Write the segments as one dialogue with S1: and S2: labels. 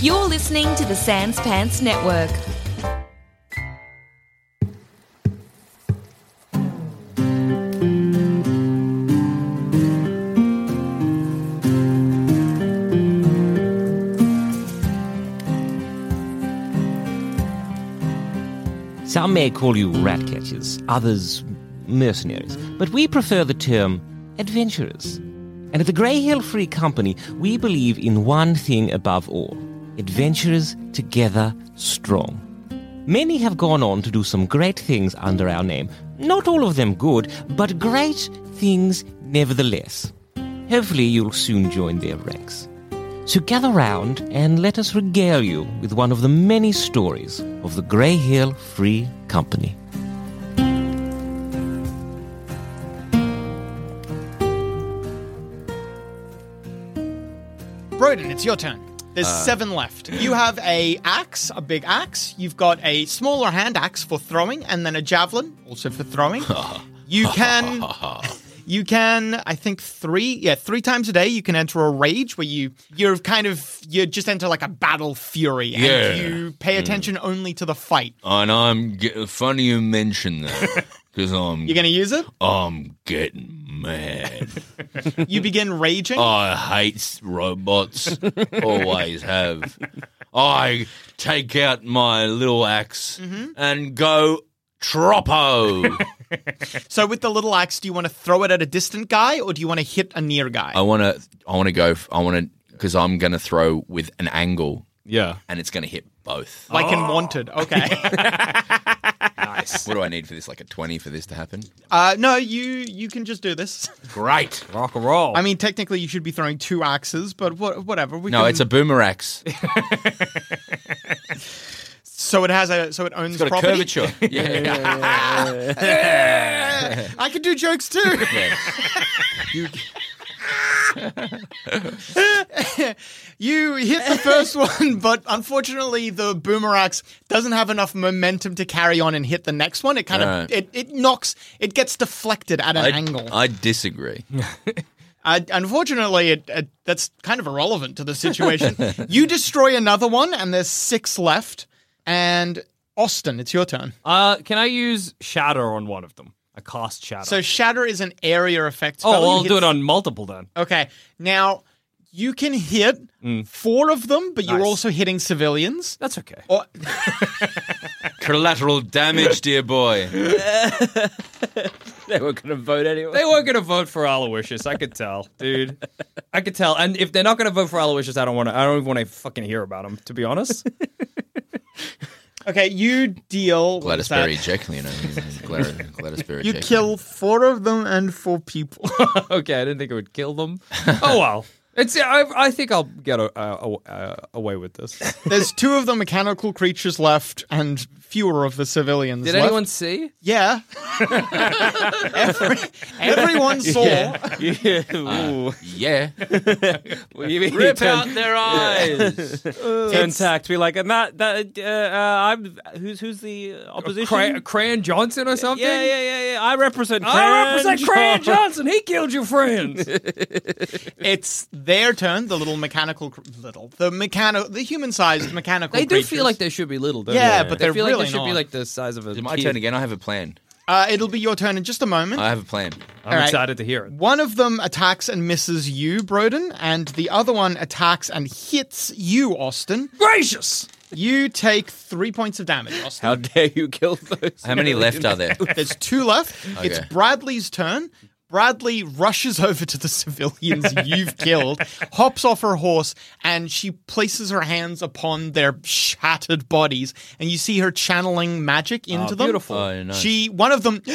S1: You're listening to the Sans Pants Network.
S2: Some may call you rat catchers, others mercenaries, but we prefer the term adventurers. And at the Grey Hill Free Company, we believe in one thing above all adventurers together strong. Many have gone on to do some great things under our name. Not all of them good, but great things nevertheless. Hopefully, you'll soon join their ranks. So gather round and let us regale you with one of the many stories of the Grey Hill Free Company.
S3: Broden, it's your turn. There's seven left. You have a axe, a big axe. You've got a smaller hand axe for throwing, and then a javelin, also for throwing. you can, you can. I think three, yeah, three times a day. You can enter a rage where you you're kind of you just enter like a battle fury,
S4: Yeah.
S3: and you pay attention only to the fight.
S4: And I'm get, funny you mention that because I'm
S3: You're gonna use it.
S4: I'm getting mad.
S3: You begin raging.
S4: I hate robots. Always have. I take out my little ax and go troppo.
S3: So with the little axe, do you want to throw it at a distant guy, or do you want to hit a near guy?
S4: I want to. I want to go. f- I want to because I'm going to throw with an angle,
S5: Yeah.
S4: and it's going to hit both.
S3: Like in Wanted. Okay.
S4: What do I need for this? Like a twenty for this to happen?
S3: Uh, no, you you can just do this.
S4: Great.
S5: Rock and
S4: Oh.
S5: roll.
S3: I mean, technically, you should be throwing two axes, but what, whatever. We
S4: No,
S3: can-
S4: it's a boomerax.
S3: so it has a so it owns
S4: It's got a
S3: property.
S4: curvature. Yeah.
S3: I can do jokes too. you hit the first one, but unfortunately, the boomerax doesn't have enough momentum to carry on and hit the next one. It kind of
S4: Right.
S3: it, it knocks. It gets deflected at an
S4: I,
S3: angle.
S4: I disagree.
S3: Uh, unfortunately, it, it, that's kind of irrelevant to the situation. you destroy another one, and there's six left. And Austin, it's your turn.
S5: uh, can I use shatter on one of them? I cast shatter.
S3: So shatter is an area effect.
S5: oh,
S3: Spell.
S5: well,
S3: You
S5: I'll
S3: hit-
S5: do it on multiple then.
S3: Okay, now you can hit four of them, but you're
S5: Mm. Nice.
S3: also hitting civilians.
S5: That's okay.
S3: Or,
S4: Collateral damage, dear boy.
S2: They were going to vote anyway.
S5: They weren't going to vote for Aloysius. I could tell, dude. I could tell. And if they're not going to vote for Aloysius, I don't want to. I don't even want to fucking hear about him. To be honest,
S3: okay, you deal. what
S4: Gladys
S3: is that?
S4: Berry, Jekyll, you know. Gladys, Gladys Berry.
S3: You
S4: Jekyll.
S3: kill four of them and four people.
S5: okay. I didn't think it would kill them. Oh well. It's. I, I think I'll get a, uh uh away with this.
S3: There's two of the mechanical creatures left, and fewer of the civilians.
S5: Did
S3: left.
S5: anyone see?
S3: Yeah. Every, everyone saw.
S5: Yeah. Uh,
S4: Yeah.
S5: Rip out
S4: their eyes.
S2: turn tact, be like, and that, that uh, uh, I'm who's who's the opposition?
S5: Uh, Cray- Crayon Johnson or something?
S2: yeah, yeah, yeah, yeah. I represent.
S5: I represent
S2: Crayon.
S5: Crayon Johnson. He killed your friends.
S3: It's their turn. The little mechanical, cr- little the mechano, the human-sized mechanical.
S5: they do
S3: creatures.
S5: feel like they should be little, don't
S3: Yeah,
S5: they?
S3: but
S5: they
S3: they're
S5: feel
S3: really
S5: like they should be
S3: not.
S5: like the size of a
S4: Is it my
S5: kid.
S4: turn again? I have a plan.
S3: Uh, it'll be your turn in just a moment.
S4: I have a plan.
S5: I'm
S3: All right.
S5: excited to hear it.
S3: One of them attacks and misses you, Broden, and the other one attacks and hits you, Austin.
S5: Gracious!
S3: You take three points of damage, Austin.
S6: How dare you kill those?
S4: How many left are there?
S3: There's two left. It's
S4: Okay.
S3: Bradley's turn. Bradley rushes over to the civilians you've killed, hops off her horse, and she places her hands upon their shattered bodies. And you see her channeling magic into them.
S5: beautiful.
S4: Oh, nice.
S3: She, one of them,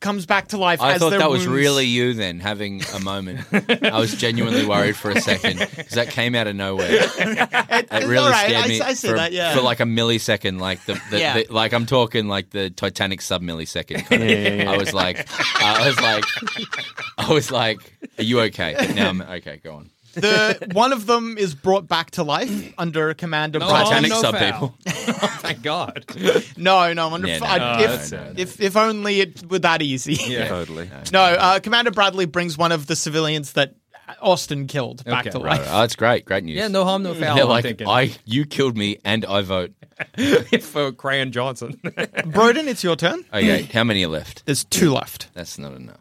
S3: comes back to life.
S4: I
S3: as
S4: thought
S3: their
S4: that was
S3: wounds-
S4: really you then having a moment. I was genuinely worried for a second because that came out of nowhere. It really
S3: All right,
S4: scared
S3: I-
S4: me
S3: I see
S4: for,
S3: that, yeah.
S4: for like a millisecond, like the, the,
S3: Yeah.
S4: the like I'm talking like the Titanic sub millisecond. Kind of. I was like, I was like, I was like, are you okay? But now I'm okay. Go on.
S3: the one of them is brought back to life under command of
S5: No,
S3: Bradley.
S4: Titanic
S5: no
S4: sub
S5: foul. Thank God.
S3: No, no, wonderful.
S4: Yeah, no,
S3: I-
S4: no,
S3: if, if if only it were that easy.
S6: Totally.
S3: No, uh, Commander Bradley brings one of the civilians that Austin killed back
S5: Okay,
S3: to
S4: Right.
S3: life.
S4: Oh, that's great. Great news.
S5: Yeah, no harm, no foul.
S4: They're
S5: I'm
S4: like,
S5: thinking.
S4: I you killed me and I vote.
S5: for Crayon Johnson.
S3: Broden, it's your turn.
S4: Okay, how many are left?
S3: There's two left.
S4: That's not enough.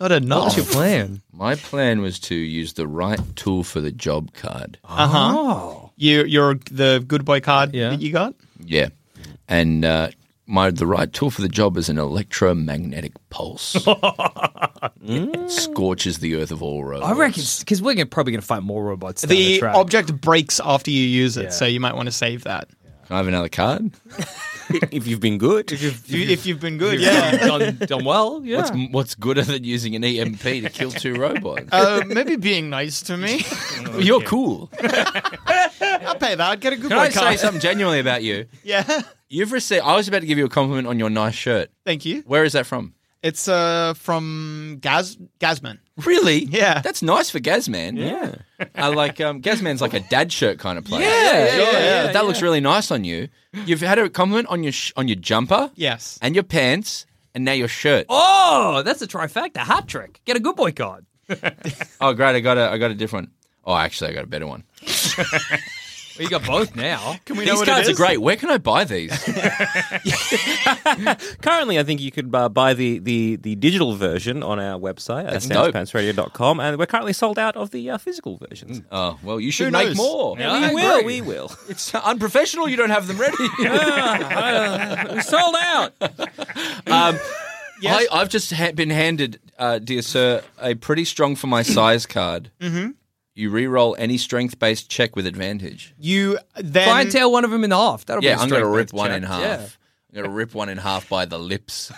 S3: Not enough.
S5: plan?
S4: My plan was to use the right tool for the job card.
S3: Uh huh.
S5: Oh.
S3: You, you're the good boy card
S5: Yeah.
S3: that you got.
S4: Yeah, and uh, my the right tool for the job is an electromagnetic pulse. it scorches the earth of all roads.
S5: I reckon, because we're gonna, probably going to fight more robots. down
S3: The
S5: track.
S3: object breaks after you use it,
S5: Yeah.
S3: so you might want to save that
S4: Can I have another card?
S6: if you've been good,
S3: if, you, if you've been good.
S5: yeah.
S3: Yeah.
S5: done, done well. Yeah.
S4: What's what's gooder than using an EMP to kill two robots?
S3: Uh, maybe being nice to me.
S4: You're cool.
S3: I'll pay that. I'd get a good
S4: Can
S3: boy
S4: I say
S3: card.
S4: something genuinely about you?
S3: Yeah.
S4: You've received. I was about to give you a compliment on your nice shirt.
S3: Thank you.
S4: Where is that from?
S3: It's uh from Gaz Gazman.
S4: Really?
S3: Yeah.
S4: That's nice for Gazman.
S6: yeah.
S4: I like um, Gazman's like a dad shirt kind of place.
S5: Yeah, yeah, yeah,
S4: But that looks really nice on you. You've had a compliment on your sh- on your jumper,
S3: Yes.
S4: and your pants, and now your shirt. Oh,
S5: Oh, that's a trifecta hat trick. Get a good boy card.
S4: Oh, great! I got a I got a different. Oh, actually, I got a better one.
S5: Well, you got both now.
S3: Can we know
S4: These
S3: what it
S4: cards are
S3: is?
S4: great. Where can I buy these?
S6: Currently, I think you could uh, buy the, the, the digital version on our website at
S4: That's dope.
S6: sanspantsradio.com, and we're currently sold out of the uh, physical versions.
S5: Mm.
S4: oh, well, you should
S3: Who
S4: make
S3: knows?
S4: more.
S5: Yeah, I
S6: we will,
S5: agree.
S6: we will.
S4: It's unprofessional. You don't have them ready.
S6: We're sold out.
S4: Um, I, I've just ha- been handed, uh, dear sir, a pretty strong for my size card. Mm-hmm. You re-roll any strength-based check with advantage.
S3: You then
S5: Try and tear one of them in half. That'll
S4: Yeah,
S5: be.
S4: I'm going to
S5: strength-based
S4: rip one in
S5: check.
S4: half.
S5: Yeah.
S4: I'm going to rip one in half by the lips.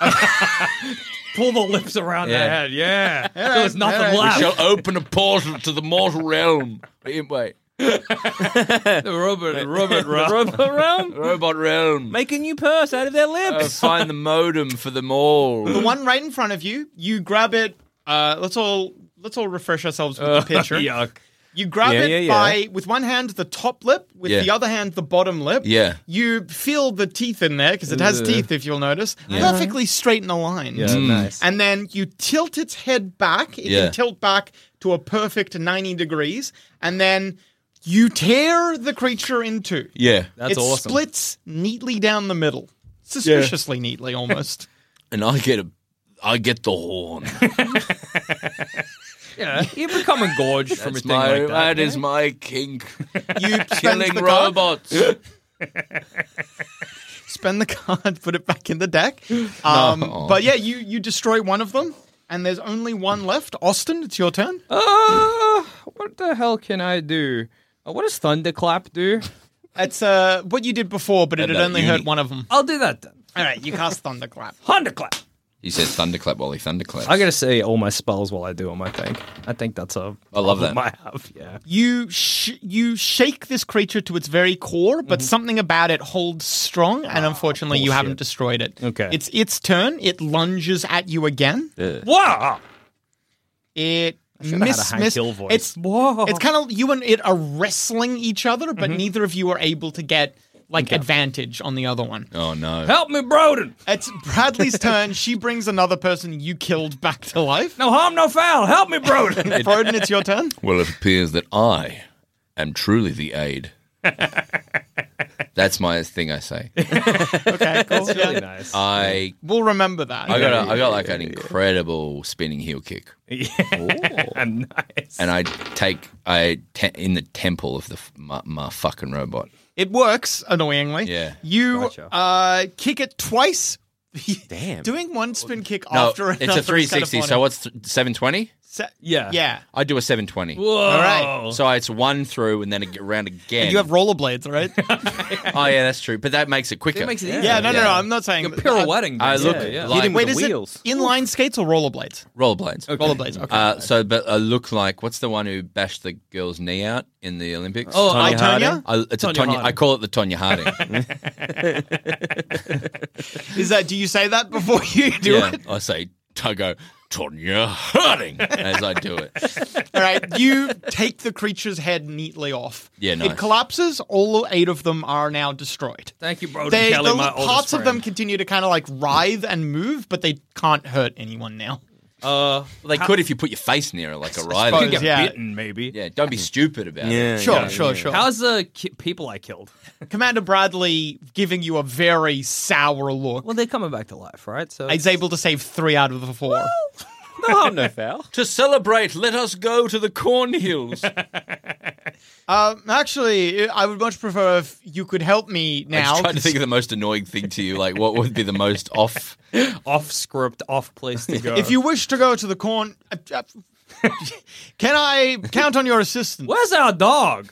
S5: Pull the lips around
S4: Yeah.
S5: their head. Yeah. There's nothing
S4: we
S5: left.
S4: shall open a portal to the mortal realm. Wait, wait.
S5: The robot, robot,
S6: Robot Realm,
S4: Robot realm.
S6: make a new purse out of their
S4: Uh,
S6: lips.
S4: find the modem for them all.
S3: the one right in front of you. You grab it. Uh, let's all let's all refresh ourselves
S4: Uh,
S3: with the picture.
S5: Yuck.
S3: You grab
S6: Yeah,
S3: it
S6: yeah, yeah.
S3: by with one hand the top lip, with
S4: Yeah.
S3: the other hand the bottom lip.
S4: Yeah. Uh.
S3: You feel the teeth in there because it has teeth. If you'll notice, perfectly straight in a line.
S5: nice.
S3: Mm. And then you tilt its head back. It
S4: Yeah.
S3: can tilt back to a perfect ninety degrees, and then you tear the creature in two.
S4: Yeah.
S5: That's
S3: it
S5: awesome.
S3: splits neatly down the middle, suspiciously neatly almost.
S4: And I get a I get the horn.
S5: Yeah. You become engorged from a
S4: That's
S5: thing
S4: my,
S5: like that.
S4: that is my kink.
S3: You spend
S4: Killing
S3: the card,
S4: robots.
S3: spend the card, put it back in the deck. Um, But yeah, you you destroy one of them, and there's only one left. Austin, it's your turn.
S5: Uh, what the hell can I do? Uh, what does Thunderclap do?
S3: It's uh, what you did before, but it had
S4: that
S3: only
S4: uni.
S3: hurt one of them.
S5: I'll do that then.
S3: All right, you cast Thunderclap.
S5: Thunderclap.
S4: He says thunderclap while he thunderclaps.
S5: I gotta say all my spells while I do them. I think. I think that's a.
S4: I love that.
S5: problem I have. Yeah.
S3: You sh- you shake this creature to its very core, but
S5: Mm-hmm.
S3: something about it holds strong, and
S5: Ah,
S3: unfortunately, you haven't destroyed it.
S5: Okay.
S3: it's its turn. It lunges at you again.
S5: Wow.
S3: It
S5: should've had a
S3: miss,
S5: Hank
S3: miss.
S5: Hill voice.
S3: It's
S5: Whoa. Mm-hmm.
S3: It's kind of you and it are wrestling each other, but neither of you are able to get like advantage on the other one.
S4: oh no.
S5: Help me, Broden.
S3: It's Bradley's turn. She brings another person you killed back to life.
S5: No harm, no foul. Help me, Broden.
S3: Broden, it's your turn.
S4: Well, it appears that I am truly the aid. That's my thing I say.
S3: Okay, cool.
S5: It's really
S3: yeah.
S5: nice.
S4: I
S3: We'll remember that.
S4: I got a, I got like an incredible spinning heel kick,
S5: nice.
S4: and I take I te- in the temple of the f- my, my fucking robot.
S3: It works annoyingly.
S4: Yeah.
S3: You
S5: Gotcha.
S3: uh, kick it twice.
S6: Damn.
S3: Doing one spin kick
S4: No,
S3: after
S4: it's
S3: another.
S4: a
S3: is kind of
S4: 360.
S3: funny.
S4: so what's seven twenty?
S3: Se-
S5: Yeah.
S3: Yeah.
S4: I do a seven twenty.
S5: Whoa.
S3: All right.
S4: So it's one through and then a g- round again.
S3: And you have rollerblades, right?
S4: oh yeah, that's true. But that makes it quicker.
S6: It makes it easier.
S3: yeah, no, no, no.
S4: Yeah.
S3: I'm not saying.
S5: You're pirouetting.
S4: I look
S5: Yeah, yeah.
S4: like
S6: Hit him
S3: Wait,
S6: with
S3: is
S6: the wheels.
S3: it inline skates or rollerblades?
S4: rollerblades.
S3: Rollerblades. Okay.
S4: Uh, so, but I look like what's the one who bashed the girl's knee out in the Olympics?
S5: Oh,
S3: Tonya
S5: Tonya
S3: Harding?
S4: I, it's a
S5: Tonya
S4: Tonya.
S5: Harding.
S4: I call it the Tonya Harding.
S3: Is that? Do you say that before you do
S4: yeah,
S3: it?
S4: I say I go Tonya Harding as I do it.
S3: All right. You take the creature's head neatly off.
S4: Yeah,
S3: It
S4: nice.
S3: collapses. All eight of them are now destroyed.
S5: Thank you, Broden
S3: They,
S5: Kelly,
S3: the
S5: my oldest
S3: parts of them
S5: friend.
S3: continue to kind of like writhe and move, but they can't hurt anyone now.
S5: Uh,
S4: Well, they could if you put your face near it, like a
S3: suppose,
S4: rider.
S5: get
S3: yeah.
S5: bitten, maybe.
S4: Yeah, don't be stupid about
S6: Yeah,
S4: it.
S3: Sure,
S6: yeah,
S3: sure,
S6: yeah.
S3: sure.
S5: How's the ki- people I killed?
S3: Commander Bradley giving you a very sour look.
S5: Well, they're coming back to life, right? So
S3: He's able to save three out of the four.
S6: No harm, no foul.
S4: To celebrate, let us go to the cornhills.
S3: Um, actually, I would much prefer if you could help me
S4: I
S3: now.
S4: just tried to think of the most annoying thing to you. Like, what would be the most off?
S5: off script, off place to go.
S3: if you wish to go to the corn, uh, uh, can I count on your assistance?
S5: Where's our dog?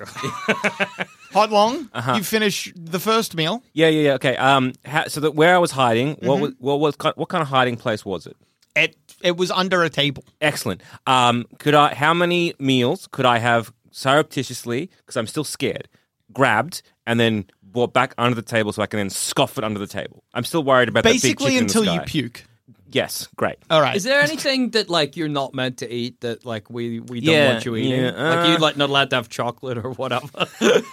S3: Hot long. You finish the first meal.
S6: Yeah, yeah, yeah. Okay. Um, ha so that where I was hiding,
S4: Mm-hmm.
S6: what was what was ki- what kind of hiding place was it?
S3: It it was under a table.
S6: Excellent. Um, could I? How many meals could I have surreptitiously? Because I'm still scared. Grabbed and then brought back under the table so I can then scoff it under the table. I'm still worried about that
S3: Basically,
S6: big chicken in the
S3: until you uh,
S6: sky.
S3: puke.
S6: Yes, great.
S3: All right.
S5: Is there anything that like you're not meant to eat that like we we don't
S6: Yeah,
S5: want you eating?
S6: yeah,
S5: like you
S6: uh.
S5: like not allowed to have chocolate or whatever.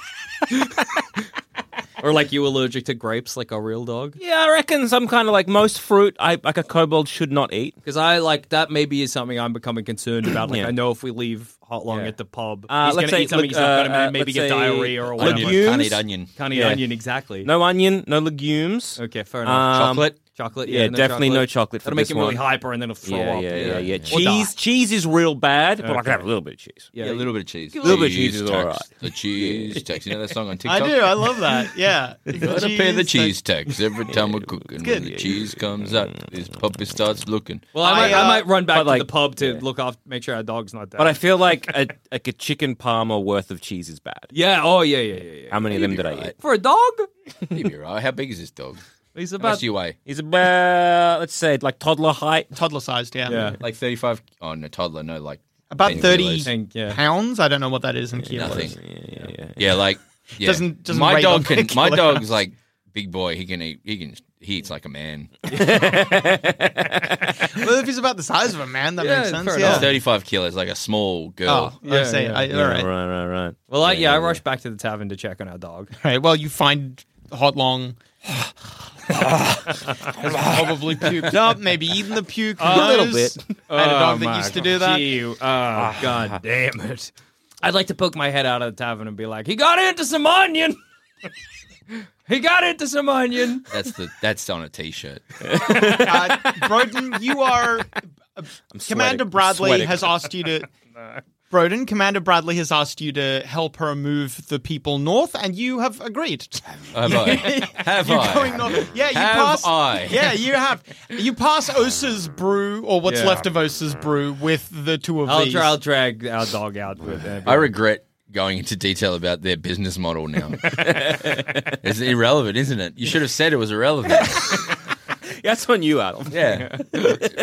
S5: or like you allergic to grapes like a real dog?
S6: Yeah, I reckon some kind of like most fruit I like a kobold should not eat.
S5: Because I like that maybe is something I'm becoming concerned about. Like
S6: Yeah.
S5: I know if we leave Hot Long
S6: Yeah.
S5: at the pub,
S6: Uh,
S5: he's
S6: let's
S5: gonna
S6: say-
S5: eat something
S6: look,
S5: he's not gonna
S6: uh, uh,
S5: maybe
S6: let's say
S5: get diarrhea or whatever.
S4: Onion. Can't eat onion.
S5: Can't eat
S6: Yeah.
S5: onion exactly.
S6: No onion, no legumes.
S5: Okay, fair enough.
S6: Um,
S4: Chocolate.
S5: chocolate,
S6: yeah, definitely no chocolate for
S5: That'll make
S6: this
S5: him really
S6: one.
S5: hyper, and then he'll throw
S6: Yeah,
S5: up.
S6: yeah, yeah, yeah,
S4: yeah.
S6: Cheese, cheese is real bad, but I
S5: Okay.
S6: can have a little bit of cheese.
S4: Yeah, a little bit of cheese. A
S6: little bit of cheese is all right.
S4: The cheese tax. You know that song on
S3: I
S4: TikTok?
S3: do. I love that. Yeah.
S4: Gotta pay the cheese tax every time we're cooking. When the cheese comes out, this puppy starts looking.
S5: Well, I,
S3: I,
S5: might,
S3: uh,
S5: I might run back
S6: but, like-
S5: to the pub to look off, make sure our dog's not dead.
S6: But I feel like a like a chicken parma worth of cheese is bad.
S5: yeah, oh yeah, yeah, yeah, yeah.
S6: How many of them
S4: You'd
S6: did
S4: be
S6: I eat?
S4: right.
S5: For a dog,
S4: You'd be right. How big is this dog?
S5: he's
S4: How much
S5: about
S4: do you weigh?
S6: He's about let's say like toddler height.
S3: Toddler sized. Yeah.
S5: yeah.
S4: Like 35? Oh, no, toddler, no, like
S3: About
S4: 10
S3: thirty
S4: kilos.
S5: Think, yeah.
S3: pounds. I don't know what that is in kilos.
S4: Nothing.
S6: Yeah, yeah.
S4: Yeah, like yeah.
S3: Doesn't- doesn't
S4: my
S3: rate on
S4: dog can
S3: the
S4: my
S3: kilogram.
S4: dog's like big boy. He can eat. He can. He eats like a man.
S3: Well, if he's about the size of a man, that
S5: Yeah,
S3: makes sense.
S5: fair
S3: Yeah.
S5: enough.
S4: Thirty five kilos, like a small
S3: Oh,
S4: girl.
S3: I
S5: Yeah,
S3: say,
S5: yeah,
S3: I, all right.
S6: Right, right, right.
S5: Well, I, yeah, I rushed back to the tavern to check on our dog.
S3: All right. Well, you find hot long. has probably puked up, maybe eaten the puke. who
S6: A little
S3: knows?
S6: bit.
S3: I had a dog
S5: Oh my
S3: that used to do that. Ah.
S5: Gee, oh, god damn it! I'd like to poke my head out of the tavern and be like, "He got into some onion. he got into some onion."
S4: That's the that's on a t shirt.
S3: Uh, Broden, you are. uh, Commander
S6: sweating.
S3: Bradley
S6: Sweating.
S3: has asked you to. Broden, Commander Bradley has asked you to help her move the people north, and you have agreed.
S4: Have I? Have
S3: You're
S4: I?
S3: going north. Yeah, you
S4: Have
S3: pass.
S4: I?
S3: Yeah, you have. You pass Osa's brew, or what's
S5: Yeah.
S3: left of Osa's brew, with the two of
S5: I'll,
S3: these.
S5: dra- I'll drag our dog out with. Uh,
S4: I regret going into detail about their business model now. it's irrelevant, isn't it? You should have said it was irrelevant.
S6: That's on you, Adam.
S4: Yeah,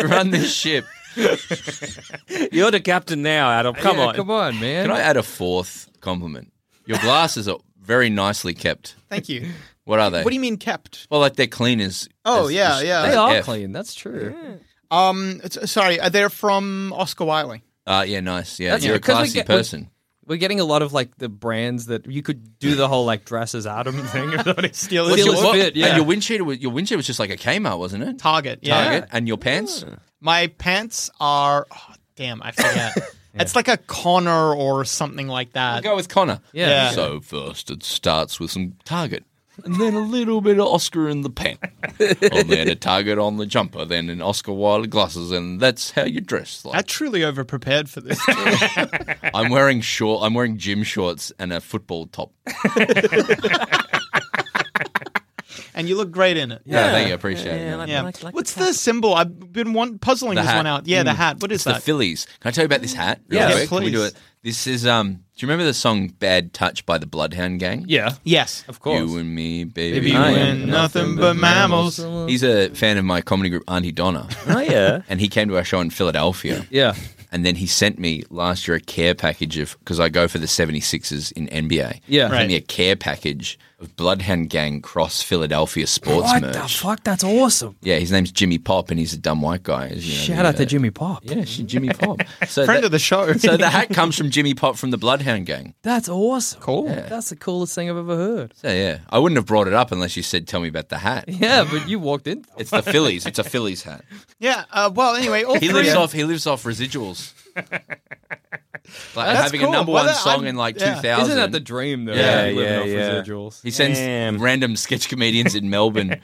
S4: run this ship.
S6: You're the captain now, Adam. Come
S5: Yeah,
S6: on.
S5: come on, man.
S4: Can I add a fourth compliment? Your glasses are very nicely kept.
S3: Thank you.
S4: What are they?
S3: What do you mean kept?
S4: Well, like they're clean as.
S3: Oh,
S4: as-
S3: yeah,
S4: as-
S3: yeah.
S4: as
S5: They are
S4: F.
S5: clean. That's true.
S3: Um, it's- sorry, uh, they're from Oscar Wiley.
S4: Uh, yeah, nice. Yeah,
S5: That's
S4: you're a
S5: good, 'cause we
S4: classy
S5: get- we-
S4: person.
S5: We're getting a lot of like the brands that you could do the whole like dresses Adam thing. Steal
S3: What's your-
S5: Steal his
S3: what-
S5: bit, yeah.
S4: And your windshield was your windshield was just like a Kmart, wasn't it?
S3: Target. Yeah.
S4: Target. And your pants.
S3: My pants are. Oh, damn, I forget. It's like a Connor or something like that.
S4: Go with Connor.
S5: Yeah.
S4: So first, it starts with some Target. and then a little bit of Oscar in the pen. and then a target on the jumper, then an Oscar Wilde glasses, and that's how you dress.
S3: I
S4: Like
S3: truly overprepared for this.
S4: I'm wearing short. I'm wearing gym shorts and a football top.
S3: and you look great in it.
S4: Yeah, thank you. I appreciate it.
S3: Yeah. What's the symbol? I've been one, puzzling
S4: The
S3: this
S4: hat.
S3: one out. Yeah, the hat. What is
S4: It's the
S3: that?
S4: Phillies. Can I tell you about this hat? Real
S3: Yes,
S4: quick? Can we do
S3: please.
S4: it? This is um. Do you remember the song "Bad Touch" by the Bloodhound Gang?
S5: Yeah.
S3: yes.
S5: Of course.
S4: You and me, baby.
S3: Baby, you
S4: I
S3: ain't
S4: am
S3: nothing but mammals.
S4: He's a fan of my comedy group, Auntie Donna,
S6: Oh yeah.
S4: and he came to our show in Philadelphia.
S5: Yeah.
S4: And then he sent me last year a care package of because I go for the 76ers in NBA.
S5: Yeah.
S4: He
S3: Right.
S4: sent me a care package of Bloodhound Gang cross Philadelphia sports
S5: What
S4: merch.
S5: the fuck? That's awesome.
S4: Yeah, his name's Jimmy Pop, and he's a dumb white guy. as you know,
S5: Shout
S4: the,
S5: out to
S4: uh,
S5: Jimmy Pop.
S4: Yeah, she- Jimmy Pop. So
S3: Friend
S4: that-
S3: of the show.
S4: So the hat comes from Jimmy Pop from the Bloodhound Gang.
S5: That's awesome.
S3: Cool.
S5: That's the coolest thing I've ever heard.
S4: So yeah, I wouldn't have brought it up unless you said, "Tell me about the hat."
S5: Yeah, but you walked in.
S4: It's the Phillies. It's a Phillies hat.
S3: Yeah. Uh, well, anyway, all
S4: He
S3: three.
S4: lives off. He lives off residuals. Like having
S3: cool.
S4: a number
S3: Well,
S4: one
S3: that-
S4: song
S3: I'm-
S4: in like
S3: yeah.
S4: 2000.
S5: Isn't that the dream though?
S4: Yeah,
S5: Living
S6: yeah,
S5: off
S6: yeah.
S5: residuals.
S4: he sends
S6: Damn.
S4: random sketch comedians in Melbourne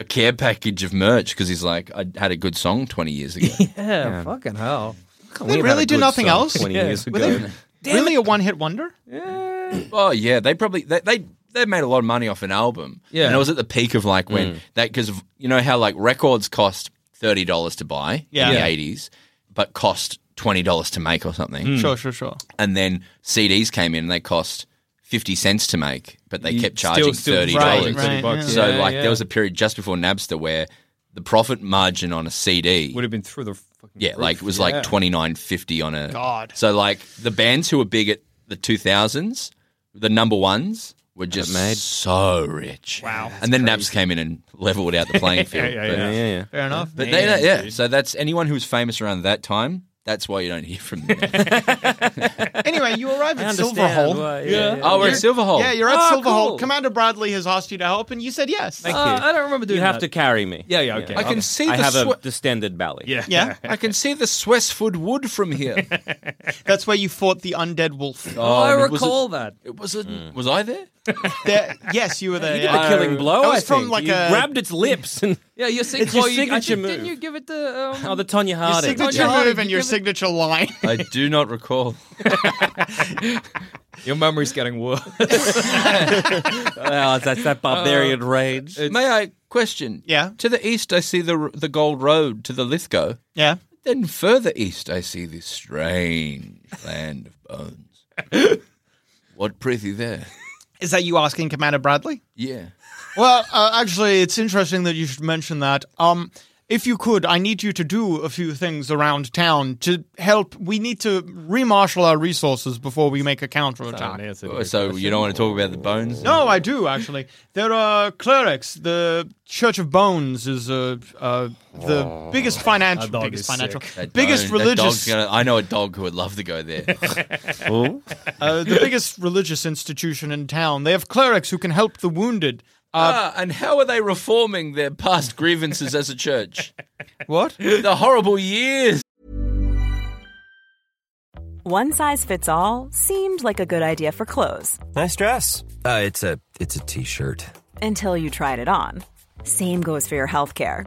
S4: a care package of merch because he's like, I had a good song 20 years ago.
S5: Yeah, fucking hell.
S3: They really do nothing else?
S6: Twenty
S5: Yeah.
S6: years
S3: Were
S6: ago.
S3: they really a one-hit wonder?
S4: Oh yeah, they probably they they they made a lot of money off an album.
S5: Yeah.
S4: and it was at the peak of like when that because you know how like records cost thirty dollars to buy
S3: Yeah.
S4: in the
S3: Yeah.
S4: eighties, but cost twenty dollars to make or something,
S3: Sure, sure, sure.
S4: and then CDs came in and they cost. 50 cents to make, but they kept
S6: still-
S4: charging
S6: still
S4: $30.
S3: charging Right, 30 bucks.
S4: So,
S5: yeah.
S4: like,
S5: Yeah,
S4: there was a period just before Napster where the profit margin on a CD
S5: Would have been through the fucking
S4: yeah, like it was like twenty nine fifty on a
S3: God.
S4: So like the bands who were big at the two thousands, the number ones were just
S6: made.
S4: so rich. Wow. And then Naps came in and leveled out the playing field. yeah,
S6: Yeah, yeah, yeah.
S3: Fair enough.
S4: But, but they, yeah, so that's anyone who was famous around that time. That's why you don't hear from them.
S3: anyway, you arrive at
S6: understand
S3: Silverhole.
S6: why, yeah, Ah, yeah, yeah.
S4: oh, we're at Silverhole.
S3: Yeah, you're at
S5: Oh,
S3: Silverhole.
S5: cool.
S3: Commander Bradley has asked you to help, and you said yes.
S5: Uh, I don't remember doing
S6: You have
S5: that.
S6: to carry me.
S5: Yeah, yeah, okay.
S4: I can see
S6: I
S4: the
S6: have a
S4: swe-
S6: distended belly. Yeah.
S3: yeah,
S4: I can see the Swestford Wood from here.
S3: that's where you fought the undead wolf.
S5: Oh, I
S4: and it was a-
S5: recall that.
S4: It was a, was I there?
S3: There- yes, you were there.
S6: A
S3: yeah.
S6: killing blow.
S3: Oh. That
S6: I
S3: was from,
S6: think.
S3: like,
S6: you
S3: a-
S6: grabbed its lips and
S5: Yeah, your sig-
S6: It's your
S5: well, you- I
S6: signature
S5: think- Didn't
S6: move.
S5: you give it the um,
S6: oh, the Tonya Harding.
S3: signature
S5: Yeah.
S3: move and your
S5: You give it-
S3: signature line.
S4: I do not recall.
S5: Your memory's getting worse.
S6: Oh, that's that barbarian rage.
S4: May I question?
S3: Yeah.
S4: To the east, I see the the gold road to the Lithgow.
S3: yeah.
S4: Then further east, I see this strange land of bones. what prithee there?
S3: Is that you asking Commander Bradley?
S4: Yeah.
S3: Well, uh, actually, it's interesting that you should mention that. Um, if you could, I need you to do a few things around town to help. We need to remarshal our resources before we make a counterattack.
S4: Oh, So you don't want to talk about the bones?
S3: No, Oh, I do actually. There are clerics. The Church of Bones is uh, uh, the biggest financial,
S5: dog
S3: biggest
S5: is
S3: financial,
S4: That
S3: biggest
S4: bone- that dog's
S3: religious,
S4: gonna- I know a dog who would love to go there.
S3: uh, the biggest religious institution in town. They have clerics who can help the wounded.
S4: ah, and how are they reforming their past grievances as a church?
S3: What?
S4: The horrible years.
S7: One size fits all seemed like a good idea for clothes
S8: Nice dress. Uh, it's a it's a t-shirt.
S7: until you tried it on. Same goes for your healthcare.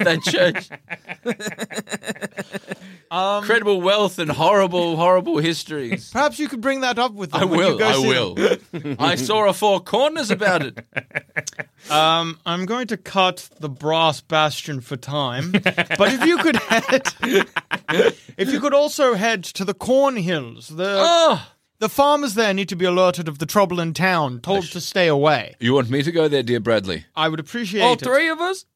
S4: that church. Incredible wealth and horrible, horrible histories.
S3: Perhaps you could bring that up with them.
S4: I
S3: when you
S4: will.
S3: go
S4: I
S3: see
S4: will.
S3: them.
S4: I saw a four corners about it.
S3: Um, I'm going to cut the brass bastion for time, but if you could head, if you could also head to the Cornhills, the
S5: Ah!
S3: the farmers there need to be alerted of the trouble in town, told to stay away.
S4: You want me to go there, dear Bradley?
S3: I would appreciate
S5: All
S3: it.
S5: three of us?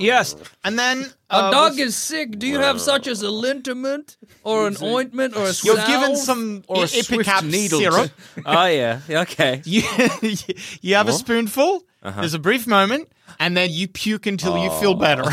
S3: Yes, and then
S5: A
S3: uh,
S5: dog
S3: what's-
S5: is sick. Do you have such as a liniment or
S4: Oh,
S5: an ointment or a
S3: You're
S5: salve?
S3: given some i- Ipecac syrup.
S6: oh yeah. Okay.
S3: You, you have a
S6: What?
S3: spoonful.
S4: Uh-huh.
S3: There's a brief moment, and then you puke until you feel better.
S4: Oh,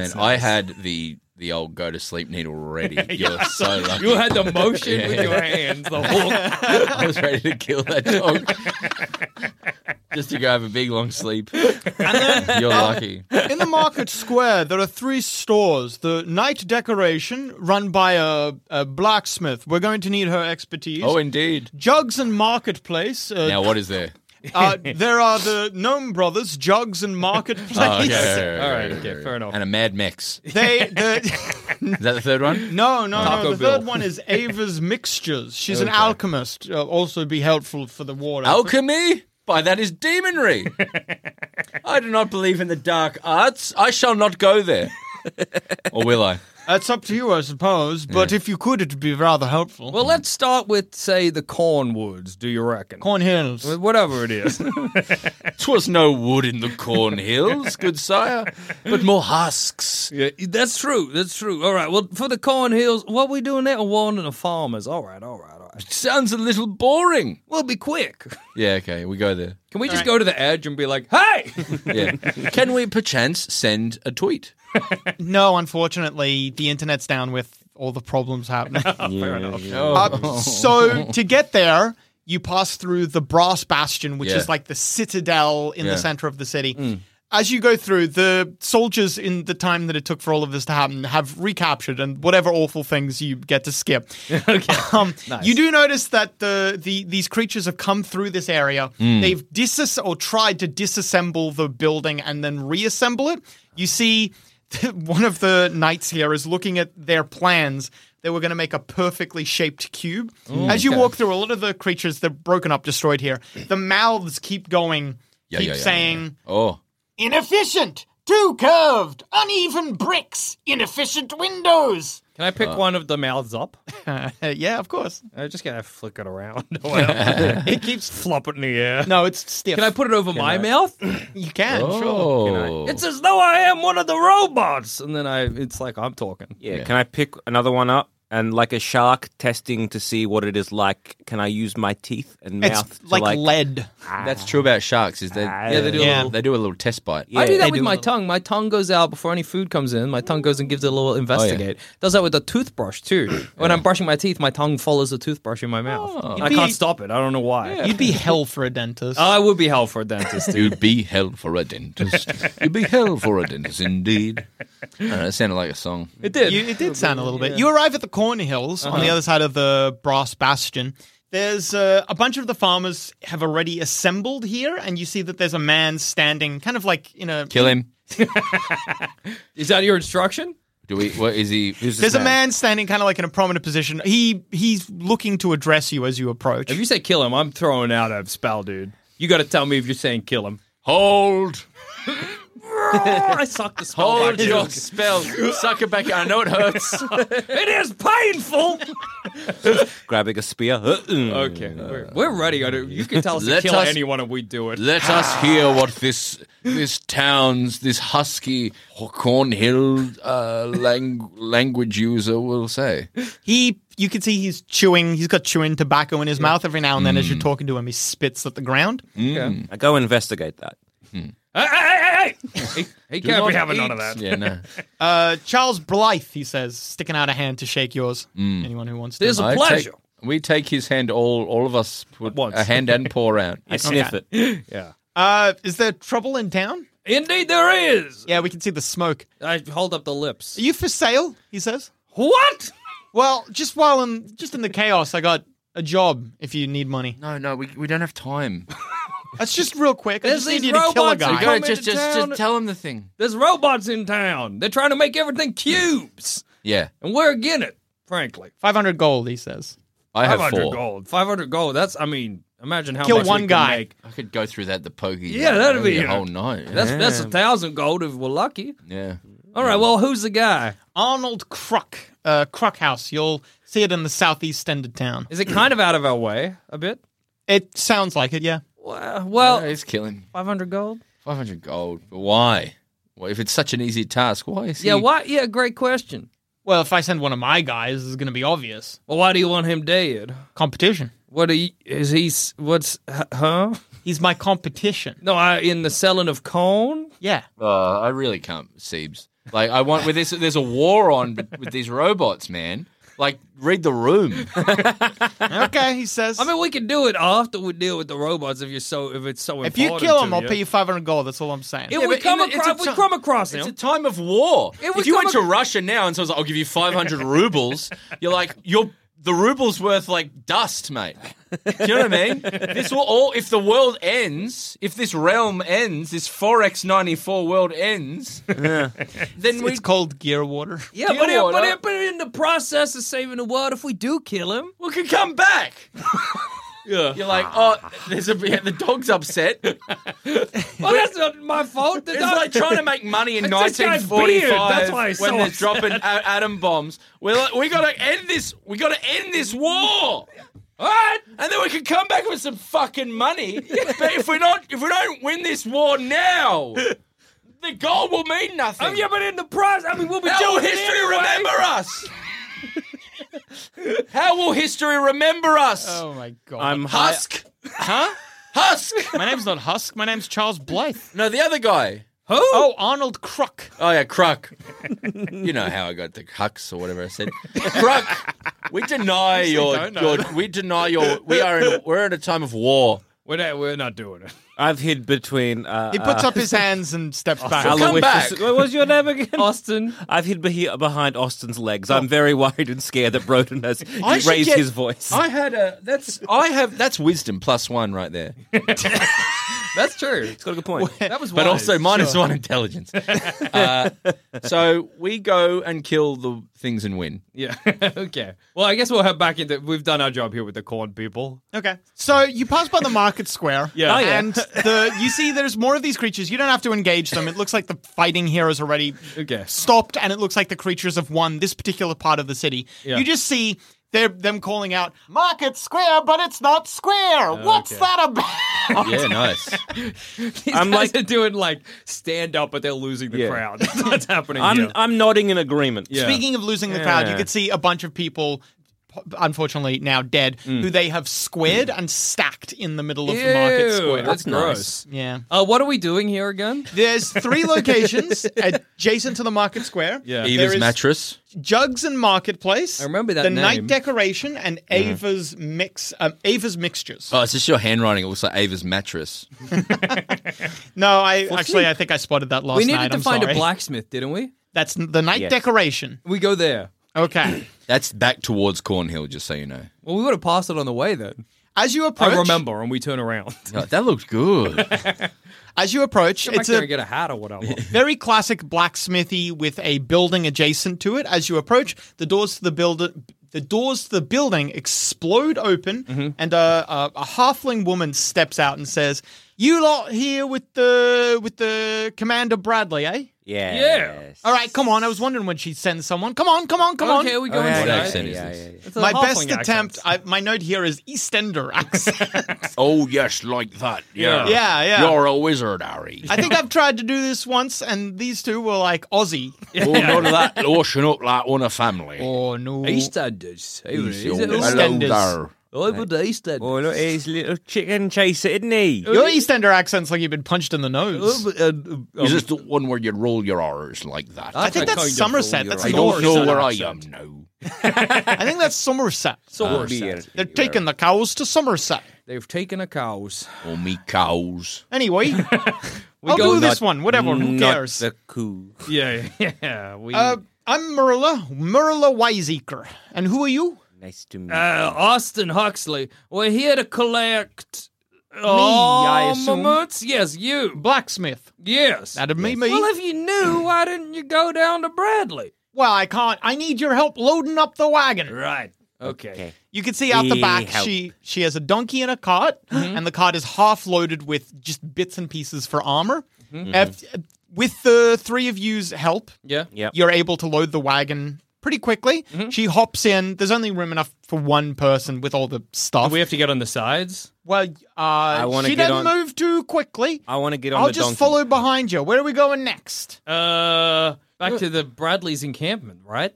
S4: man, I had the the old go to sleep needle ready. You're so lucky.
S5: You had the motion with
S4: Yeah.
S5: your hands. The whole.
S4: I was ready to kill that dog just to go have a big long sleep. You're lucky.
S3: In the market square, there are three stores. The night decoration, run by a, a blacksmith. We're going to need her expertise.
S4: Oh, indeed.
S3: Jugs and Marketplace. Uh,
S4: Now, what is there?
S3: uh, there are the Gnome Brothers, Jugs and Marketplace.
S4: Oh, okay, okay,
S5: All right,
S4: okay,
S5: okay,
S4: okay.
S5: fair enough.
S4: And a Mad Max.
S3: They, the,
S4: Is that the third one?
S3: no, no,
S4: Taco
S3: no. The
S4: Bill.
S3: third one is Ava's Mixtures. She's an
S4: Okay.
S3: alchemist. Uh, also be helpful for the water.
S4: Alchemy? By that is demonry. I do not believe in the dark arts. I shall not go there. or will I?
S3: That's up to you, I suppose. But if you could, it'd be rather helpful.
S5: Well, let's start with say the cornwoods. Do you reckon?
S3: Cornhills.
S5: Whatever it is.
S4: Twas no wood in the corn hills, good sire, but more husks.
S5: yeah, that's true. That's true. All right. Well, for the cornhills, what we doing there? A warning the farmers. All right. All right. All right.
S4: Sounds a little boring.
S5: We'll be quick.
S4: Yeah, okay, we go there.
S5: Can we just go to the edge and be like, "Hey,
S4: Yeah. Can we perchance send a tweet?
S3: No, unfortunately, the internet's down with all the problems happening.
S5: fair enough."
S4: Oh.
S3: Uh, so to get there, you pass through the Brass Bastion, which
S4: Yeah.
S3: is like the citadel in
S4: Yeah. Mm.
S3: the center of the city. As you go through, the soldiers in the time that it took for all of this to happen have recaptured and whatever awful things you get to skip. okay. Um, You do notice that the, the these creatures have come through this area.
S4: Mm.
S3: They've disas or tried to disassemble the building and then reassemble it. You see, one of the knights here is looking at their plans. They were going to make a perfectly shaped cube. As you walk through, a lot of the creatures they're broken up, destroyed here. The mouths keep going,
S4: Yeah,
S3: keep
S4: yeah, yeah,
S3: saying
S4: Oh.
S3: inefficient, too curved, uneven bricks, inefficient windows.
S5: Can I pick one of the mouths up?
S3: yeah, of course.
S5: I just gotta flick it around. it keeps flopping in the air.
S3: No, it's stiff.
S5: Can I put it over my mouth?
S3: You can, sure.
S4: Oh.
S5: It's as though I am one of the robots, and then I. It's like I'm talking.
S6: Yeah. Can I pick another one up? And like a shark testing to see what it is like, can I use my teeth and mouth
S3: It's
S6: to
S3: like,
S6: like,
S3: lead.
S4: That's true about sharks. Is they?
S5: Ah.
S4: Yeah, they do. A
S3: Yeah.
S4: little, they do a little test bite.
S5: I do that
S6: they
S5: with
S6: do a
S5: my
S6: little-
S5: tongue. My tongue goes out before any food comes in. My tongue goes and gives it a
S6: Oh,
S5: little investigate. Does that with a toothbrush too. When I'm brushing my teeth, my tongue follows the toothbrush in my mouth. And Oh. I
S3: You'd
S5: can't
S3: be-
S5: stop it. I don't know why.
S3: You'd be hell for a dentist.
S5: I would be hell for a dentist.
S4: You'd be hell for a dentist. You'd be hell for a dentist, indeed. I don't know, it sounded like a song.
S5: It did. Uh-huh.
S3: You, it did sound a little bit. You arrive at the Cornhills on the other side of the Brass Bastion. There's uh, a bunch of the farmers have already assembled here, and you see that there's a man standing, kind of like in a.
S4: Kill him.
S5: Is that your instruction?
S4: Do we? What is he? Who's this
S3: There's a man standing, kind of like in a prominent position. He he's looking to address you as you approach.
S5: If you say kill him, I'm throwing out a spell, dude. You got to tell me if you're saying kill him.
S4: Hold.
S5: I sucked the spell.
S4: Hold
S5: back.
S4: your spell. Suck it back. I know it hurts.
S5: It is painful.
S6: grabbing a spear? Uh, mm.
S4: Uh,
S5: okay, we're, we're ready. I don't- You can tell us to
S4: Let
S5: kill
S4: us-
S5: anyone, and we do it.
S4: Let us hear what this this town's this husky Cornhill uh, lang- language user will say.
S3: He, you can see he's chewing. He's got chewing tobacco in his mouth every now and then. As you're
S5: Mm.
S3: talking to him, he spits at the ground.
S6: I go investigate that.
S5: Hey, hey, hey, hey! He, he can't be having none of that.
S4: Yeah, no.
S3: Uh, Charles Blythe, he says, sticking out a hand to shake yours. Anyone who wants to.
S5: Mm. There's a
S4: I
S5: pleasure.
S4: take- we take his hand. All all of us put
S5: once.
S4: a hand and paw out. Oh,
S6: I sniff it.
S5: Yeah.
S3: uh, is there trouble in town?
S5: Indeed, there is.
S3: Yeah, we can see the smoke.
S5: I hold up the lips.
S3: Are you for sale? He says.
S5: What?
S3: Well, just while I'm just in the chaos, I got a job. If you need money.
S4: No, no, we, we don't have time.
S3: That's just real quick. I
S5: There's
S3: just need
S5: these
S3: you to kill a
S5: robots
S3: guy.
S5: who come into town-
S4: him the thing.
S5: There's robots in town. They're trying to make everything cubes,
S4: Yeah,
S5: and we're against it. Frankly,
S3: Five hundred gold. He says.
S4: I have
S5: 500
S4: four.
S5: gold. 500 gold. That's, I mean, imagine how
S3: Kill
S5: much
S3: one
S5: we can
S3: guy.
S5: make.
S4: I could go through that the pokey.
S5: Yeah, that'd be
S4: a
S5: it.
S4: whole night. Yeah.
S5: That's that's a thousand gold if we're lucky.
S4: yeah.
S5: All right. Well, who's the guy?
S3: Arnold Kruk, uh, Kruk House. You'll see it in the southeast end of town.
S5: Is it kind of out of our way a bit?
S3: It sounds like it, yeah.
S5: Well,
S4: Yeah,
S5: well
S4: it's killing.
S5: 500 gold.
S4: Five hundred gold. But why? Well, if it's such an easy task, why is
S5: Yeah.
S4: he?
S5: Why? Yeah. Great question.
S3: Well, if I send one of my guys, it's going to be obvious.
S5: Well, why do you want him dead?
S3: Competition.
S5: What are you, is he? s- What's h- huh?
S3: He's my competition.
S5: No, I in the selling of corn.
S3: Yeah.
S4: Uh, I really can't, Siebes. Like I want with this. There's a war on with these robots, man. Like read the room.
S3: Okay, he says.
S5: I mean, we can do it after we deal with the robots. If you're so, if it's so
S3: if
S5: important.
S3: you kill
S5: to
S3: him, I'll
S5: you.
S3: pay you 500 gold. That's all I'm saying.
S5: If we
S4: but
S5: come
S4: in the- it's
S5: across,
S4: a ti-
S5: we come across
S4: It's a
S5: him.
S4: time of war.
S5: It would
S4: if you went
S5: come
S4: to
S5: ac-
S4: Russia now and someone was like, "I'll give you 500 rubles," you're like, "You're the rubles worth like dust, mate." Do you know what I mean? This will all. If the world ends, if this realm ends, this forex 94 world ends, then we.
S3: it's called gear water.
S5: yeah, but,
S4: deal
S5: it,
S4: with
S5: but,
S4: it.
S5: it, but in the process of saving the world, if we do kill him,
S4: We could come back. yeah. You're like, oh, there's a yeah, the dog's upset. It's
S5: well, that's not my fault. The dog-
S4: like trying to make money in
S5: It's this guy's beard,
S4: 1945
S5: that's why he's
S4: when
S5: so
S4: they're
S5: upset.
S4: dropping a- atom bombs. We're like, we gotta end this. We gotta end this war. All right, and then we can come back with some fucking money. But if we're not, if we don't win this war now, the gold will mean nothing.
S5: Oh, yeah, but in the process, I mean, we'll be
S4: How will
S5: doing it
S4: history
S5: anyway.
S4: remember us? How will history remember us?
S3: Oh, my God.
S5: I'm
S4: Husk.
S3: huh?
S4: Husk.
S3: my name's not Husk. My name's Charles Blythe.
S4: No, the other guy.
S5: Who?
S3: Oh, Arnold Kruk.
S4: Oh yeah, Kruk. you know how I got the Hux or whatever I said. Kruk, we deny your, your we deny your we are in a, we're in a time of war.
S5: We're, not, we're not doing it.
S6: I've hid between. Uh,
S3: He puts
S6: uh,
S3: up his hands and steps
S5: Oh,
S3: back.
S6: Aloysius-
S4: Come back.
S6: What was your name again?
S5: Austin.
S6: I've hid be- behind Austin's legs. I'm very worried and scared that Broden has
S4: I should
S6: raised
S4: get-
S6: his voice.
S4: I had a that's I have that's wisdom plus one right there,
S5: That's true.
S6: It's got a good point.
S5: That was
S4: but
S5: wise.
S4: also minus one intelligence. uh, so we go and kill the things and win.
S5: Yeah. okay. Well, I guess we'll head back into. We've done our job here with the corn people.
S3: Okay. So you pass by the market square.
S5: Yeah. Oh, yeah.
S3: And the you see there's more of these creatures. You don't have to engage them. It looks like the fighting here is already
S5: Okay.
S3: stopped and it looks like the creatures have won this particular part of the city.
S5: Yeah.
S3: You just see they're them calling out market square, but it's not square.
S5: Oh,
S3: What's that about?
S4: Yeah, nice.
S5: I'm
S6: I'm
S5: like
S6: like-
S5: doing like stand up, but they're losing the
S6: Yeah.
S5: crowd. That's what's happening.
S6: I'm
S5: here.
S6: I'm nodding in agreement.
S3: Speaking of losing the crowd, you
S6: Yeah.
S3: could see a bunch of people p- unfortunately now dead
S5: Hmm.
S3: who they have squared and stacked in the middle of the market
S5: Ew,
S3: square.
S5: That's
S6: nice.
S5: gross.
S3: yeah.
S5: Uh, what are we doing here again?
S3: There's three locations adjacent to the market square.
S5: Yeah.
S3: There
S4: Eva's
S3: is
S4: mattress.
S3: Jugs and Marketplace.
S5: I remember that
S3: The
S5: name.
S3: night decoration and Ava's mix. Um, Ava's mixtures.
S5: Uh,
S4: Oh, it's just your handwriting. It looks like Ava's mattress.
S3: no, I actually I think I spotted that last
S5: we needed
S3: night.
S5: to
S3: I'm
S5: find
S3: sorry.
S5: a blacksmith, didn't we?
S3: That's n- the night
S6: Yes.
S3: decoration.
S5: We go there.
S3: Okay.
S4: That's back towards Cornhill, just so you know.
S5: Well, we would have passed it on the way then.
S3: As you approach,
S5: I remember, and we turn around.
S4: Oh, that looks good.
S3: As you approach,
S5: Come back
S3: it's
S5: there
S3: a
S5: and get a hat or whatever.
S3: very classic blacksmithy with a building adjacent to it. As you approach, the doors to the building. The doors to the building explode open,
S5: Mm-hmm.
S3: and a, a, a halfling woman steps out and says, "You lot here with the with the Commander Bradley, eh?
S6: yeah,
S3: All right, come on. I was wondering when she'd send someone. Come on, come on, come on.
S5: okay, we go
S4: What
S5: inside.
S4: accent is this?
S5: It's a
S3: my
S5: halfling
S3: best attempt.
S5: accent.
S3: I, my note here is Eastender accent.
S4: Oh yes, like that. Yeah.
S3: Yeah, yeah.
S4: You're a wizard, Harry.
S3: I think I've tried to do this once, and these two were like Aussie.
S4: Oh, none of that washing up like one a family.
S3: Oh no!
S5: Eastenders. Hey,
S4: He's
S5: is
S4: your-
S5: it-
S3: Eastenders.
S4: Hello there.
S9: I would Eastern.
S6: Oh, look, he's little chicken chaser, isn't he? uh,
S3: Your Eastender accent's like you've been punched in the nose.
S6: um,
S9: Is this the one where you roll your R's like that?
S3: I think that's Somerset. That's
S9: I don't know
S3: Somerset
S9: where I am Ah,
S3: accent.
S9: now.
S3: I think that's Somerset.
S9: Somerset.
S3: They're taking the cows to Somerset.
S5: They've taken the cows.
S9: Oh, me cows.
S3: Anyway, I'll
S5: go
S3: do this
S5: not-
S3: one. Whatever. Who
S5: not
S3: cares?
S6: The coup.
S5: Yeah, yeah. We,
S3: Uh, I'm Marilla, Marilla Weiseker. And who are you?
S6: Nice to meet
S5: uh, Austin Huxley, we're here to collect. Me,
S3: I assume.
S5: Yes, you.
S3: Blacksmith.
S5: Yes.
S3: That'd be me.
S5: Well, if you knew, why didn't you go down to Bradley?
S3: Well, I can't. I need your help loading up the wagon.
S5: Right. Okay.
S3: You can see out the
S5: We
S3: back
S5: help.
S3: she she has a donkey and a cart, and the cart is half loaded with just bits and pieces for armor.
S5: Mhm.
S3: If- with the three of you's help,
S5: Yeah.
S6: Yep.
S3: you're able to load the wagon pretty quickly. She hops in. There's only room enough for one person with all the stuff.
S5: We have to get on the sides.
S3: well, uh,
S6: wanna
S3: she
S6: get
S3: doesn't
S6: on-
S3: move too quickly.
S6: I want to get on
S3: I'll
S6: the
S3: just
S6: donkey.
S3: follow behind you. Where are we going next?
S5: Uh, back to the Bradley's encampment, right?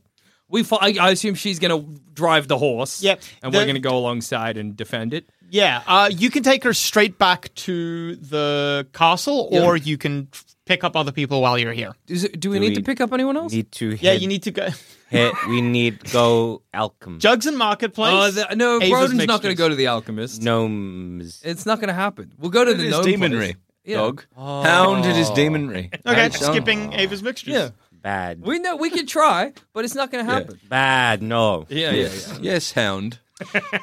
S5: We. Fo- I, I assume she's gonna drive the horse.
S3: Yep.
S5: And
S3: The-
S5: we're gonna go alongside and defend it.
S3: Yeah, uh, you can take her straight back to the castle, or you can pick up other people while you're here.
S5: Is it, do we
S6: Do
S5: need
S6: we
S5: to pick up anyone else?
S6: Need to head,
S3: Yeah, you need to go.
S6: head, we need go alchem.
S3: Jugs and Marketplace.
S5: Oh, the, no,
S3: Ava's
S5: Broden's not going
S3: Mixtures.
S5: to go to the alchemist.
S6: Gnomes.
S5: It's not going to happen. We'll go to the
S4: It is
S5: gnome
S4: demonry,
S5: place. Yeah.
S4: dog. Hound it is demonry.
S3: Okay,
S6: Oh.
S3: skipping Ava's mixtures.
S5: Yeah,
S6: Bad.
S5: we know we could try, but it's not going to happen.
S6: Bad, no.
S5: Yeah, yeah, yeah.
S4: Yes, hound.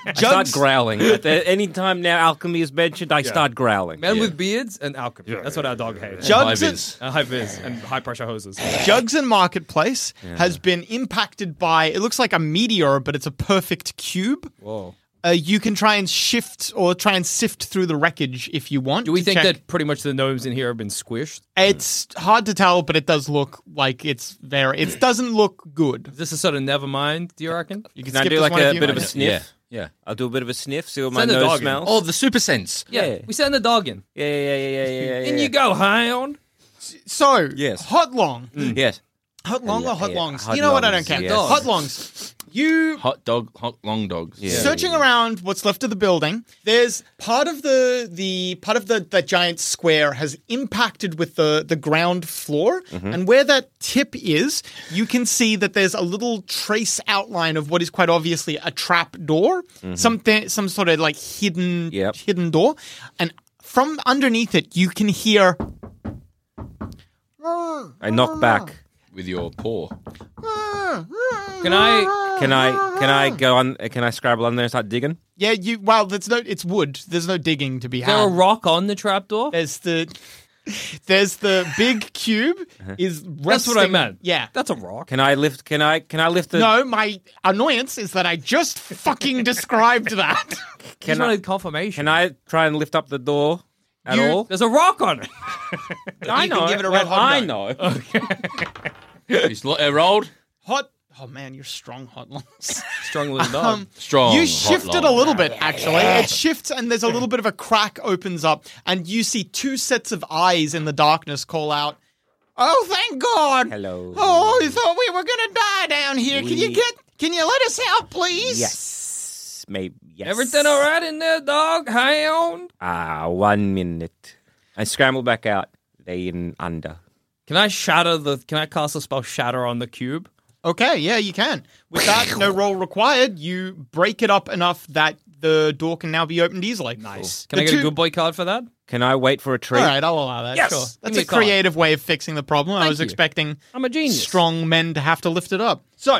S6: I start growling. At the- any time now alchemy is mentioned, I start growling.
S5: Men with beards and alchemy. That's what our dog hates.
S3: Jugs
S4: Five
S3: and,
S4: is.
S5: Uh, high vis and high pressure hoses.
S3: Jugs and Marketplace has been impacted by, it looks like a meteor, but it's a perfect cube.
S5: Whoa.
S3: Uh, you can try and shift or try and sift through the wreckage if you want.
S5: Do we
S3: to
S5: think
S3: check.
S5: that pretty much the gnomes in here have been squished?
S3: It's hard to tell, but it does look like it's there. It doesn't look good.
S5: Is this a sort of never mind, do you reckon?
S3: You
S6: Can I do
S3: this
S6: like
S3: one if
S6: a
S3: you
S6: bit of a
S3: want.
S6: sniff?
S4: Yeah.
S6: I'll do a bit of a sniff, see what my
S5: Send the
S6: nose
S5: dog in.
S6: smells.
S4: Oh, the super sense.
S5: Yeah.
S6: Yeah.
S5: We send the dog in.
S6: yeah, yeah, yeah, yeah, yeah.
S5: In you go, hound.
S3: So,
S6: Yes.
S3: hot long.
S6: Yes.
S3: Hot long or hot
S6: yeah,
S3: longs?
S6: hot
S3: you know what? I don't
S6: longs,
S3: care.
S6: yes.
S3: Hot longs. You
S4: Hot dog, hot long dogs. Yeah.
S3: searching around what's left of the building there's part of the the part of the that giant square has impacted with the the ground floor and where that tip is you can see that there's a little trace outline of what is quite obviously a trap door something some sort of like hidden
S6: Yep.
S3: hidden door and from underneath it you can hear
S6: I knock back.
S4: With your paw.
S5: Can
S3: Ah.
S5: I?
S6: Can I can I go on can I scrabble on there and start digging?
S3: yeah you well that's no it's wood there's no digging to be
S5: Is
S3: had
S5: there a
S6: Ah.
S5: rock on the trapdoor?
S3: There's the there's the big cube is resting.
S5: That's what I meant.
S3: Yeah.
S5: That's a rock.
S6: Can I lift can I can I lift the
S3: no, my annoyance is that I just fucking described that.
S5: Can
S6: I-
S5: wanted confirmation.
S6: Can I try and lift up the door at
S3: You-
S6: all?
S5: There's a rock on it.
S6: I
S3: you can
S6: know.
S3: give it a red
S6: well,
S3: hot
S6: I
S3: go.
S6: know.
S4: He's lo- uh, rolled.
S3: Hot. Oh man, you're strong, hot lungs.
S5: Strong little
S3: Um,
S5: dog.
S4: Strong.
S3: you
S4: hot
S3: shifted
S4: long.
S3: a little bit, actually. It shifts, and there's a little bit of a crack opens up, and you see two sets of eyes in the darkness call out, "Oh, thank God!
S6: Hello.
S3: Oh, we thought we were gonna die down here. Can you
S6: We-
S3: get? Can you let us out, please?
S6: Yes. Maybe yes.
S5: Everything all right in there, dog? Hound?
S6: Ah, one minute. I scramble back out. They in under.
S5: Can I shatter the? Can I cast a spell shatter on the cube?
S3: Okay, yeah, you can. With that, no roll required. You break it up enough that the door can now be opened easily. Nice.
S5: Can I get a good boy card for that?
S6: Can I wait for a treat?
S3: All right, I'll allow that.
S5: Yes!
S3: Sure.
S5: Give
S3: That's
S5: me
S3: a
S5: a card.
S3: creative way of fixing the problem. I
S5: Thank
S3: was
S5: you.
S3: expecting
S5: I'm a genius.
S3: strong men to have to lift it up. So,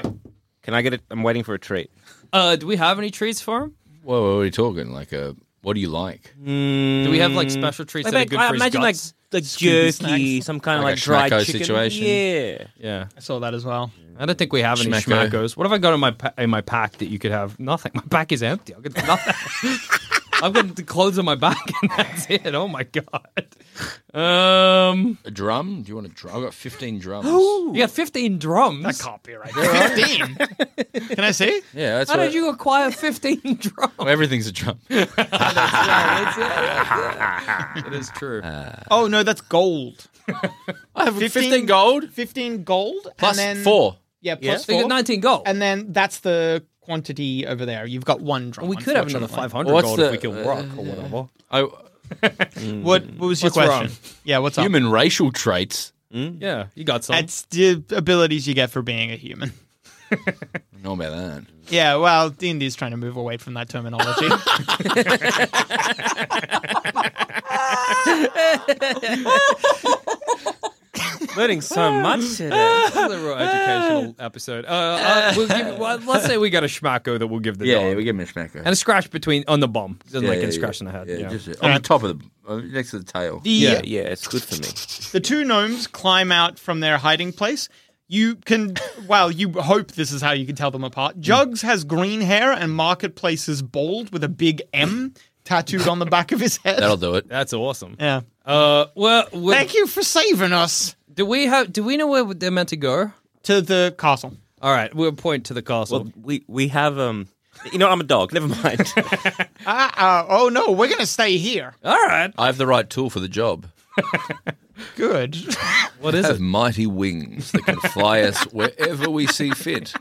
S6: Can I get it? I'm waiting for a treat.
S5: Uh, do we have any treats for him?
S4: Whoa, what are we talking? Like a. What do you like?
S5: Do we have like
S6: Mm.
S5: special treats that are good for his guts?
S6: like
S3: Scoopy snacks.
S6: some kind
S4: Like a Schmacko situation.
S6: Yeah.
S5: yeah,
S3: I saw that as well.
S5: I don't think we have any
S4: Schmacko.
S5: schmackos. What have I got in my pa- in my pack that you could have? Nothing. My pack is empty. I've got nothing. I've got the clothes on my back, and that's it. Oh my god. Um,
S4: A drum? Do you want a drum? I've got 15 drums.
S5: you got 15 drums.
S3: Copyright. 15. can I see?
S4: Yeah, that's
S5: How
S4: what.
S5: did you acquire 15 drums?
S4: Well, everything's a drum.
S5: Yeah, that's it. It is true.
S4: Uh,
S3: Oh, no, that's gold.
S4: I have
S3: 15
S4: 15 gold
S3: 15 gold.
S4: plus
S3: and then,
S4: four.
S3: Yeah, plus
S5: So you
S3: four.
S5: got 19 gold.
S3: And then that's the quantity over there. You've got one drop.
S5: We could have another
S3: unfortunately.
S5: 500 What's gold if the- we kill uh, Rock or whatever.
S4: I,
S3: what, what was your
S4: What's wrong?
S3: question? Yeah, what's up?
S4: Human racial traits.
S5: Yeah, you got some.
S3: That's the abilities you get for being a human.
S4: know about that.
S3: Yeah, well, D and D is trying to move away from that terminology.
S6: Learning so much today.
S5: This is a real educational episode. Uh, uh, we'll give, well, let's say we got a schmacko that we'll give the
S4: Yeah,
S5: dog.
S4: yeah, we give him a schmacko.
S5: And a scratch between on the bum. Doesn't
S4: Yeah,
S5: like
S4: yeah,
S5: a scratch in the head.
S4: yeah,
S5: Yeah,
S4: just on the top of the uh, next to the tail.
S3: The- Yeah,
S2: yeah, it's good for me.
S3: the two gnomes climb out from their hiding place. You can, well, you hope this is how you can tell them apart. Jugs has green hair and Marketplace is bald with a big M tattooed on the back of his head.
S4: That'll do it.
S5: That's awesome.
S3: Yeah.
S5: Uh, well,
S3: Thank you for saving us.
S5: Do we have? Do we know where they're meant to go?
S3: To the castle.
S5: All right, we'll point to the castle.
S6: Well, we we have um. You know, I'm a dog. Never mind.
S3: Uh, uh, oh no, we're gonna stay here.
S4: Oh.
S5: All right.
S4: I have the right tool for the job.
S3: Good.
S5: What
S4: I
S5: is
S4: have
S5: it?
S4: mighty wings that can fly us wherever we see fit.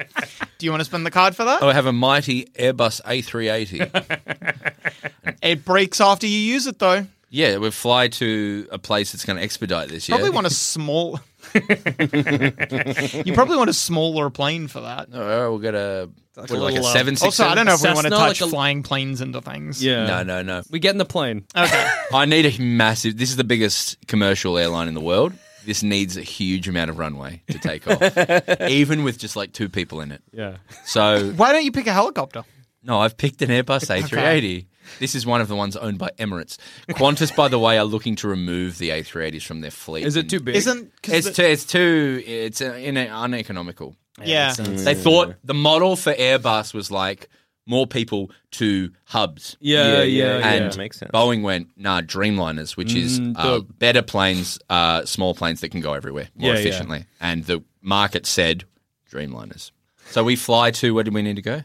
S3: Do you want to spend the card for that?
S4: Oh, I have a mighty Airbus A380.
S3: It breaks after you use it though.
S4: Yeah, we fly to a place that's going to expedite this. Yeah,
S3: Probably want a small. you probably want a smaller plane for that.
S4: All right, we'll get a what, like a
S5: little, uh,
S4: seven six.
S3: Also, I don't know if we want to
S5: Cessna,
S3: touch
S5: like a-
S3: flying planes into things.
S5: Yeah.
S4: No, no, no.
S5: We get in the plane.
S3: Okay.
S4: I need a massive. This is the biggest commercial airline in the world. This needs a huge amount of runway to take off, even with just like two people in it.
S5: Yeah.
S4: So
S3: Why don't you pick a helicopter?
S4: No, I've picked an Airbus A380. This is one of the ones owned by Emirates. Qantas, by the way, are looking to remove the A380s from their fleet.
S5: Is it
S4: And
S5: too big?
S3: Isn't
S4: It's
S3: because
S4: too. It's too. It's uh, in, uneconomical.
S3: yeah.
S6: Mm.
S4: They thought the model for Airbus was like more people to hubs.
S5: Yeah, yeah, yeah.
S4: And
S6: Makes sense.
S4: Boeing went, nah, Dreamliners, which is
S5: Mm,
S4: uh, better planes, uh, small planes that can go everywhere more
S5: Yeah, yeah.
S4: efficiently. And the market said Dreamliners. So we fly to where do we need to go?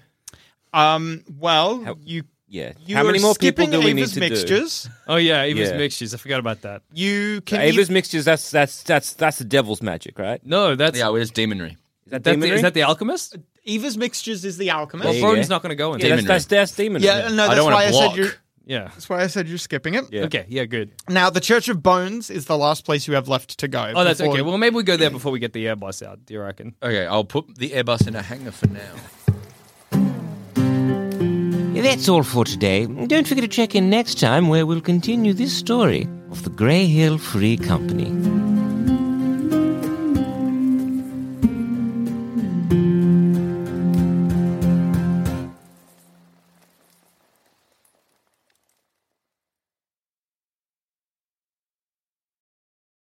S3: Um. Well, you.
S6: yeah.
S3: You
S6: How many
S3: are
S6: more people
S3: skipping
S6: do we need
S3: Ava's
S6: to do?
S3: mixtures.
S5: oh yeah, Eva's
S6: Yeah.
S5: mixtures. I forgot about that.
S3: You can.
S6: Ava's
S3: eat-
S6: mixtures. That's that's that's that's the devil's magic, right?
S5: No, that's
S4: Yeah, where's Demonry?
S6: Is that
S5: that's the-
S6: demonry?
S5: is that the
S3: Uh,
S5: alchemist?
S3: Eva's mixtures is the alchemist.
S5: Well,
S6: you
S5: Broden's
S6: go.
S5: not going to go in.
S6: yeah,
S5: there.
S6: that's, that's that's demonry.
S3: yeah. No,
S4: I
S3: that's
S4: don't
S3: why
S4: want
S3: I
S4: to
S3: said
S4: block.
S3: you're.
S5: Yeah.
S3: That's why I said you're skipping it.
S6: Yeah.
S5: Okay. Yeah. Good.
S3: Now, the Church of Bones is the last place you have left to go.
S5: Oh, that's
S3: before-
S5: okay. Well, maybe we go there before we get the airbus out. Do you reckon?
S4: Okay, I'll put the Airbus in a hangar for now.
S2: That's all for today. Don't forget to check in next time where we'll continue this story of the Grey Hill Free Company.